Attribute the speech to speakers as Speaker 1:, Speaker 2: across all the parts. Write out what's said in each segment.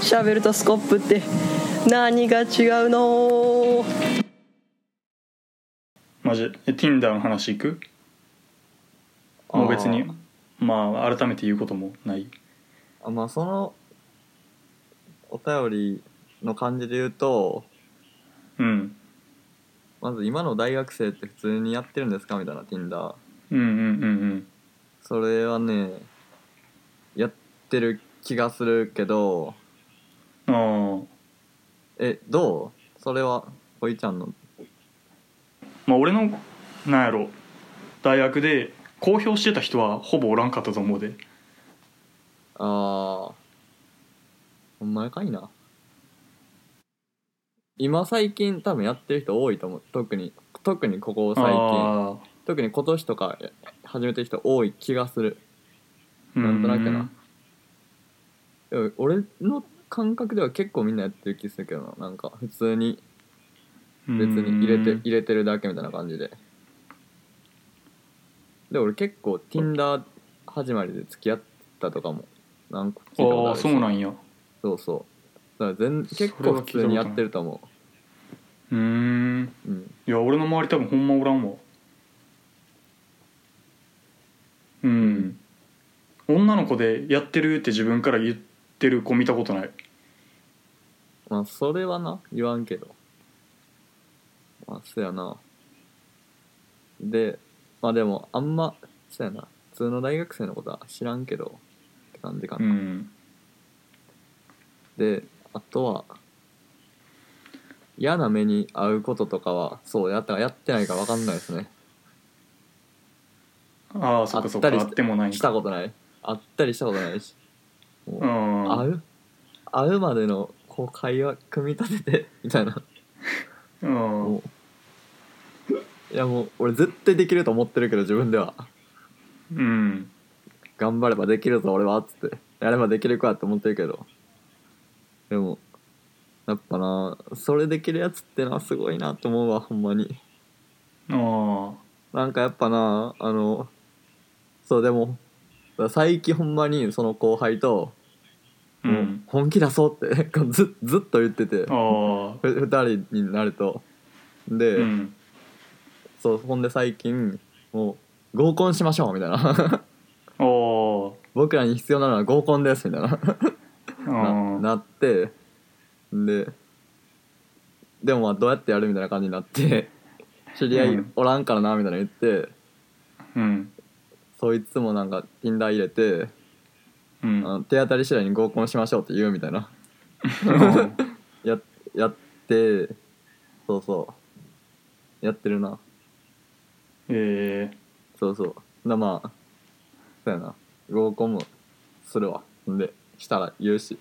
Speaker 1: シャベルとスコップって何が違うの
Speaker 2: マジえ Tinder の話いくもう別にまあ改めて言うこともない
Speaker 3: あまあそのお便りの感じで言うと
Speaker 2: うん
Speaker 3: まず今の大学生って普通にやってるんですかみたいな Tinder
Speaker 2: うんうんうん
Speaker 3: それはねやってる気がするけど
Speaker 2: うんああ
Speaker 3: えどうそれはおいちゃんの
Speaker 2: まあ俺のなんやろ大学で公表してた人はほぼおらんかったと思うで
Speaker 3: ああほんまやかいな今最近多分やってる人多いと思う特に特にここ最近
Speaker 2: ああ
Speaker 3: 特に今年とか始めてる人多い気がする
Speaker 2: う
Speaker 3: なんとなくなでも俺の感覚では結構みんなやってる気するけどななんか普通に別に入れて
Speaker 2: うん
Speaker 3: 入れてるだけみたいな感じでで俺結構 Tinder 始まりで付き合ったとかもなんか聞いたこと
Speaker 2: あ
Speaker 3: あ
Speaker 2: あ
Speaker 3: るし
Speaker 2: そうなんや
Speaker 3: そうそうだから全結
Speaker 2: それ
Speaker 3: 構
Speaker 2: は
Speaker 3: 普
Speaker 2: 聞いたことない
Speaker 3: 通にやってると思
Speaker 2: うーん
Speaker 3: ううん
Speaker 2: いや俺の周り多分ほんまおらんわうん女の子でやってるって自分から言ってる子見たことない
Speaker 3: まあそれはな言わんけどまあそやなでまあでもあんまそやな普通の大学生のことは知らんけどって感じか
Speaker 2: う
Speaker 3: な、
Speaker 2: ん
Speaker 3: であとは嫌な目に遭うこととかはそうやったかやってないか分かんないですね
Speaker 2: ああそっかそっか
Speaker 3: あったり
Speaker 2: あ
Speaker 3: し
Speaker 2: ってもないん
Speaker 3: し
Speaker 2: か
Speaker 3: たことないあったりしたことないしも
Speaker 2: う
Speaker 3: うん会う会うまでのこう会話組み立ててみたいな
Speaker 2: うん
Speaker 3: もういやもう俺絶対できると思ってるけど自分では
Speaker 2: うん
Speaker 3: 頑張ればできるぞ俺はっつってやればできるかって思ってるけどでもやっぱなそれできるやつってなすごいなと思うわほんまに
Speaker 2: あ
Speaker 3: なんかやっぱなあのそうでも最近ほんまにその後輩と
Speaker 2: あう
Speaker 3: もうん本気出そうって ずずっと言ってて
Speaker 2: ああ
Speaker 3: ふ二人になるとで、
Speaker 2: うん
Speaker 3: そうほんで最近もう合コンしましょうみたいな
Speaker 2: ああ
Speaker 3: 僕らに必要なのは合コンですみたいなな
Speaker 2: あ
Speaker 3: なってででもまあどうやってやるみたいな感じになって知り合
Speaker 2: う
Speaker 3: い
Speaker 2: ん
Speaker 3: おらんからなみたいな言って、
Speaker 2: うん
Speaker 3: そいつもなんか Tinder 入れて、
Speaker 2: うん
Speaker 3: あの手当たり次第に合コンしましょうって言うみたいな ややってそうそうやってるな
Speaker 2: ええ
Speaker 3: そうそうなまあそうやな合コンもするわんでしたら言うし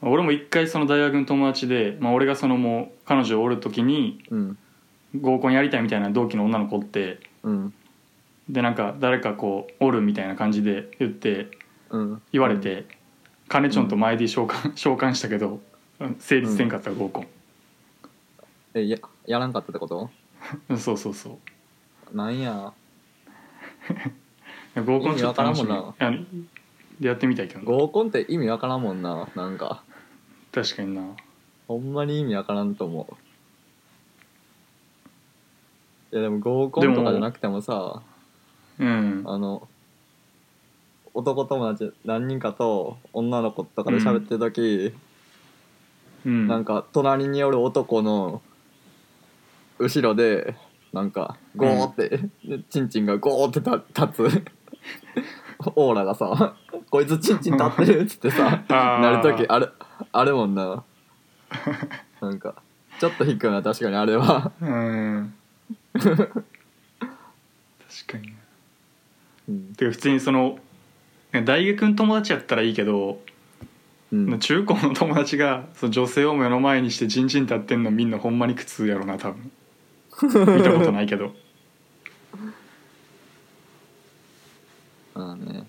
Speaker 2: 俺も一回その大学の友達で、まあ、俺がそのもう彼女をおる時に
Speaker 3: うん
Speaker 2: 合コンやりたいみたいな同期の女の子って
Speaker 3: うん
Speaker 2: でなんか誰かこうおるみたいな感じで言って
Speaker 3: うん
Speaker 2: 言われて、金ちょんと前で召喚 召喚したけど成立せんかった合コン、
Speaker 3: えややらんかったってこと
Speaker 2: うんそうそうそう
Speaker 3: なんや
Speaker 2: 合コンちょっと楽しみ
Speaker 3: 意味わ
Speaker 2: あのやってみたいけどな
Speaker 3: 合コンって意味わからんもんななんか
Speaker 2: 確かにな
Speaker 3: ほんまに意味わからんと思ういやでも合コンとかじゃなくてもさ
Speaker 2: うん
Speaker 3: あの男友達何人かと女の子とかで喋ってる時、
Speaker 2: うん
Speaker 3: なんか隣におる男の後ろでなんかゴーって、チンチンがゴーってた立つオーラがさ「こいつチンチン立ってる」っつってさ
Speaker 2: あー
Speaker 3: なる時あれあれもんななんかちょっと引くよな確かにあれは
Speaker 2: うん 確かにな
Speaker 3: うん、
Speaker 2: てか普通にその大学の友達やったらいいけど、
Speaker 3: うん、
Speaker 2: 中高の友達がその女性を目の前にしてじんじん立ってんのみんなほんまに苦痛やろな多分見たことないけど
Speaker 3: あね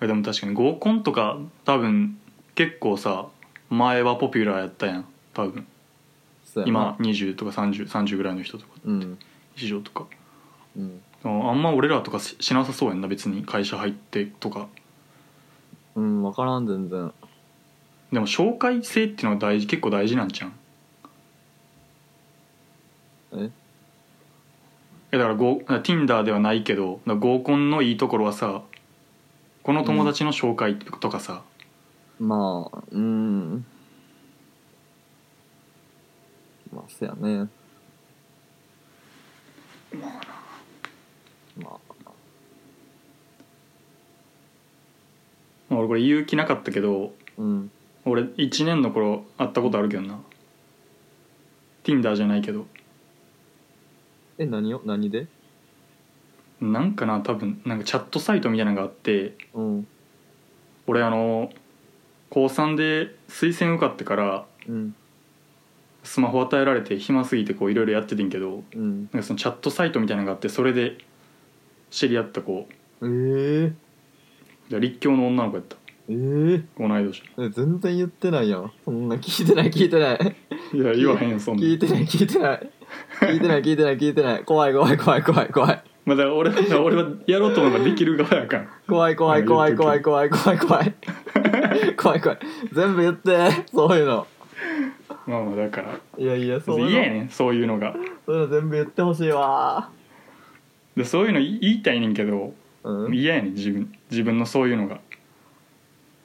Speaker 2: でも確かに合コンとか多分結構さ前はポピュラーやったやん多分
Speaker 3: そうやな
Speaker 2: 今20とか3030ぐらいの人とか
Speaker 3: うん
Speaker 2: 以上とか
Speaker 3: うん
Speaker 2: ああんま俺らとかししなさそうやんな別に会社入ってとか
Speaker 3: うん分からん全然
Speaker 2: でも紹介制っていうのは大事結構大事なんじゃん
Speaker 3: え
Speaker 2: えだからご Tinder ではないけどだから合コンのいいところはさこの友達の紹介とかさ、
Speaker 3: まあうんまあせやねまあ
Speaker 2: まあ俺これ勇気なかったけど
Speaker 3: うん
Speaker 2: 俺1年の頃会ったことあるけどな Tinder じゃないけど
Speaker 3: え何を何で
Speaker 2: なんかな多分なんかチャットサイトみたいなのがあって
Speaker 3: うん
Speaker 2: 俺あの高3で推薦受かってから
Speaker 3: うん
Speaker 2: スマホ与えられて暇すぎてこういろいろやっててんけど
Speaker 3: うん
Speaker 2: なんかそのチャットサイトみたいなのがあってそれで知り合った子
Speaker 3: えー、
Speaker 2: で立教の女の子やった
Speaker 3: えー、
Speaker 2: 同い年
Speaker 3: え全然言ってないやんそんな聞いてない聞いてない
Speaker 2: いや言わへんよそんな
Speaker 3: 聞い
Speaker 2: ん
Speaker 3: てない聞いてない聞いてない聞いてない聞いてない怖い怖い怖い怖い怖い
Speaker 2: まあだから俺だから俺はやろうと思えばできる側やから
Speaker 3: 怖い怖い怖い怖い怖い怖い怖い怖い怖い全部言ってそういうの
Speaker 2: まあまあだから
Speaker 3: いやいやそういうの
Speaker 2: 嫌やねんそういうのが
Speaker 3: そういうの全部言ってほしいわ
Speaker 2: でそういうの言い言いたいねんけど
Speaker 3: うんい
Speaker 2: 嫌やねん自分自分のそういうのが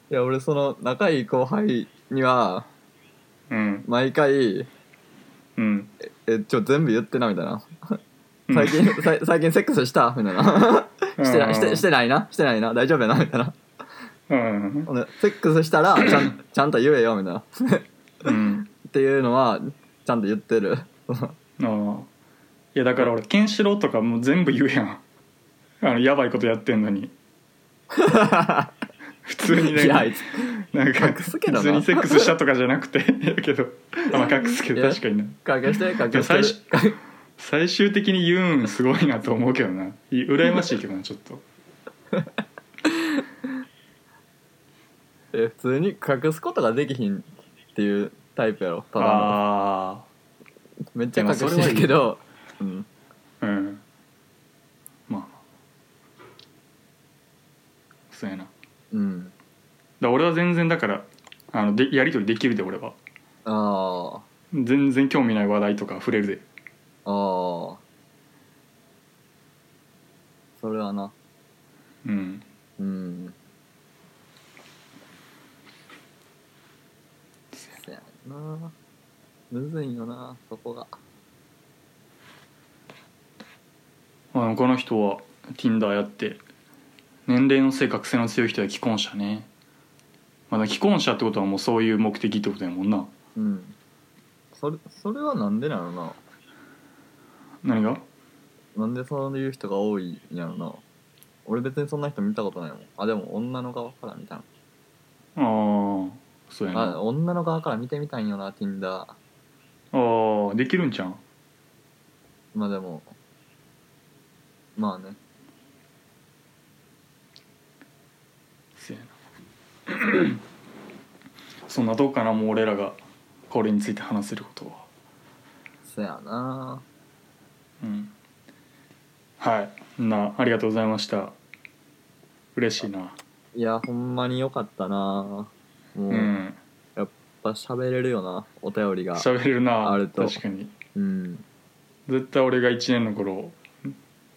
Speaker 3: や俺その仲いい後輩には
Speaker 2: うん
Speaker 3: 毎回
Speaker 2: うん
Speaker 3: 「えちょ全部言ってな」みたいな「
Speaker 2: うん
Speaker 3: 最近 さい最近セックスした?」みたいな「してないしてしてないなしてないな大丈夫やな」みたいな
Speaker 2: うん
Speaker 3: ほんでセックスしたらち ゃんちゃんと言えよ」みたいな
Speaker 2: う ん
Speaker 3: っていうのはちゃんと言ってる
Speaker 2: ああいやだから俺ケンシロウとかもう全部言うやんあのやばいことやってんのに 普通にね
Speaker 3: いやあいつ
Speaker 2: なんか
Speaker 3: 隠すけどな
Speaker 2: 普通にセックスしたとかじゃなくてやけどあまあ隠すけど
Speaker 3: いや
Speaker 2: 確かにな
Speaker 3: かけしてかけして
Speaker 2: 最
Speaker 3: る
Speaker 2: 初最終的に言うんすごいなと思うけどない羨ましいけどなちょっと
Speaker 3: え普通に隠すことができひんっていうタイプやろただの
Speaker 2: あ
Speaker 3: めっちゃ隠してるけどうん
Speaker 2: あうんまあまあそうやなだか
Speaker 3: うん
Speaker 2: ら俺は全然だからあのでやり取りできるで俺は
Speaker 3: あ
Speaker 2: 全然興味ない話題とか触れるで
Speaker 3: ああーそれはな
Speaker 2: うん
Speaker 3: うんそやなむずいよなそこが
Speaker 2: あのこの人は Tinder やって年齢のせいか癖の強い人や既婚者ねまあだ既婚者ってことはもうそういう目的ってことやもんな
Speaker 3: うんそれそれはなんでなのな
Speaker 2: 何が
Speaker 3: なんでそういう人が多いんやろな俺別にそんな人見たことないもんあでも女の側から見たの
Speaker 2: ああそうやな
Speaker 3: あ女の側から見てみたいんよな Tinder
Speaker 2: ああできるんじゃん
Speaker 3: まあでもまあね
Speaker 2: せやなそんなどうかなもう俺らがこれについて話せることは
Speaker 3: そやな
Speaker 2: うんはいなありがとうございました嬉しいない
Speaker 3: やほんまによかったなもう、
Speaker 2: う
Speaker 3: やっ
Speaker 2: ん
Speaker 3: ぱ喋れるよなお便りが
Speaker 2: 喋れるな
Speaker 3: あると
Speaker 2: 確かに
Speaker 3: うん
Speaker 2: 絶対俺が1年の頃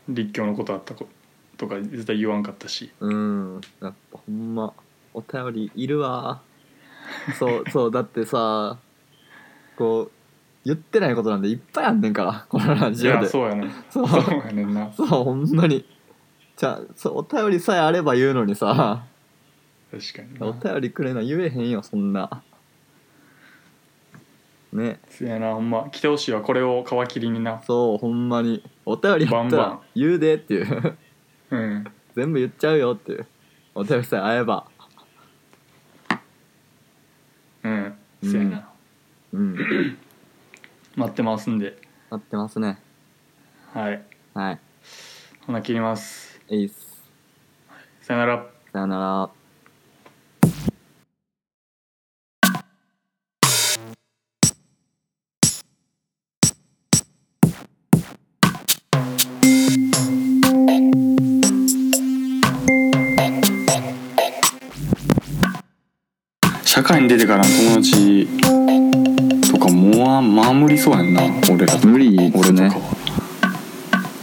Speaker 2: 立教のことあったことか絶対言わんかったし
Speaker 3: うんやっぱほんまお便りいるわそうそうだってさこう言ってないことなんでいっぱいあんねんからこのラ
Speaker 2: い
Speaker 3: ジオ
Speaker 2: や
Speaker 3: で
Speaker 2: そうやねん
Speaker 3: そう
Speaker 2: そうやねんな
Speaker 3: そうほんまにじゃあそうお便りさえあれば言うのにさ
Speaker 2: 確かに
Speaker 3: お
Speaker 2: な
Speaker 3: 便りくれな言えへんよそんなね
Speaker 2: そうやなほんま来てほしいわこれを皮切りにな
Speaker 3: そうほんまにお便りあった
Speaker 2: バンバン
Speaker 3: ら言うでっていう
Speaker 2: うん
Speaker 3: 全部言っちゃうよっていうお便りさえあれば
Speaker 2: うんそうやな
Speaker 3: うん
Speaker 2: 待ってますんで
Speaker 3: 合ってますね
Speaker 2: はい
Speaker 3: はい
Speaker 2: ほな切ります
Speaker 3: えいっす
Speaker 2: さよなら
Speaker 3: さよなら
Speaker 4: に出てからの友達とかもまあまあ無理そうやんな俺ら
Speaker 5: 無理っ
Speaker 4: 俺と
Speaker 5: す
Speaker 4: か
Speaker 5: ね
Speaker 4: は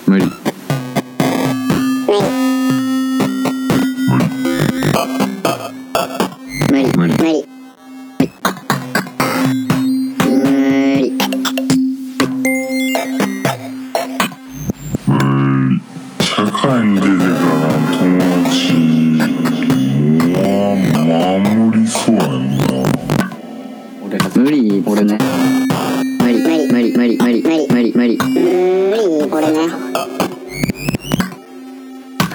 Speaker 5: 無理
Speaker 6: 社会に出てから友
Speaker 7: 無理無理無理無理
Speaker 6: 達は守りそうやんな
Speaker 4: 俺ら
Speaker 5: 無理っすね
Speaker 7: 無理無理無理無理無理無理無理無理無理俺ね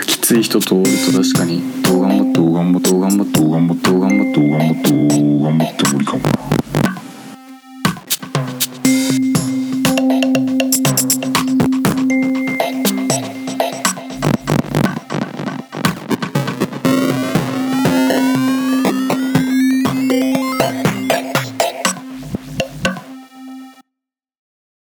Speaker 4: きつい人とおると確かにどう頑張ってどう頑張ってどう頑張ってどう頑張ってどう頑張って
Speaker 6: どう頑張っても無理かもな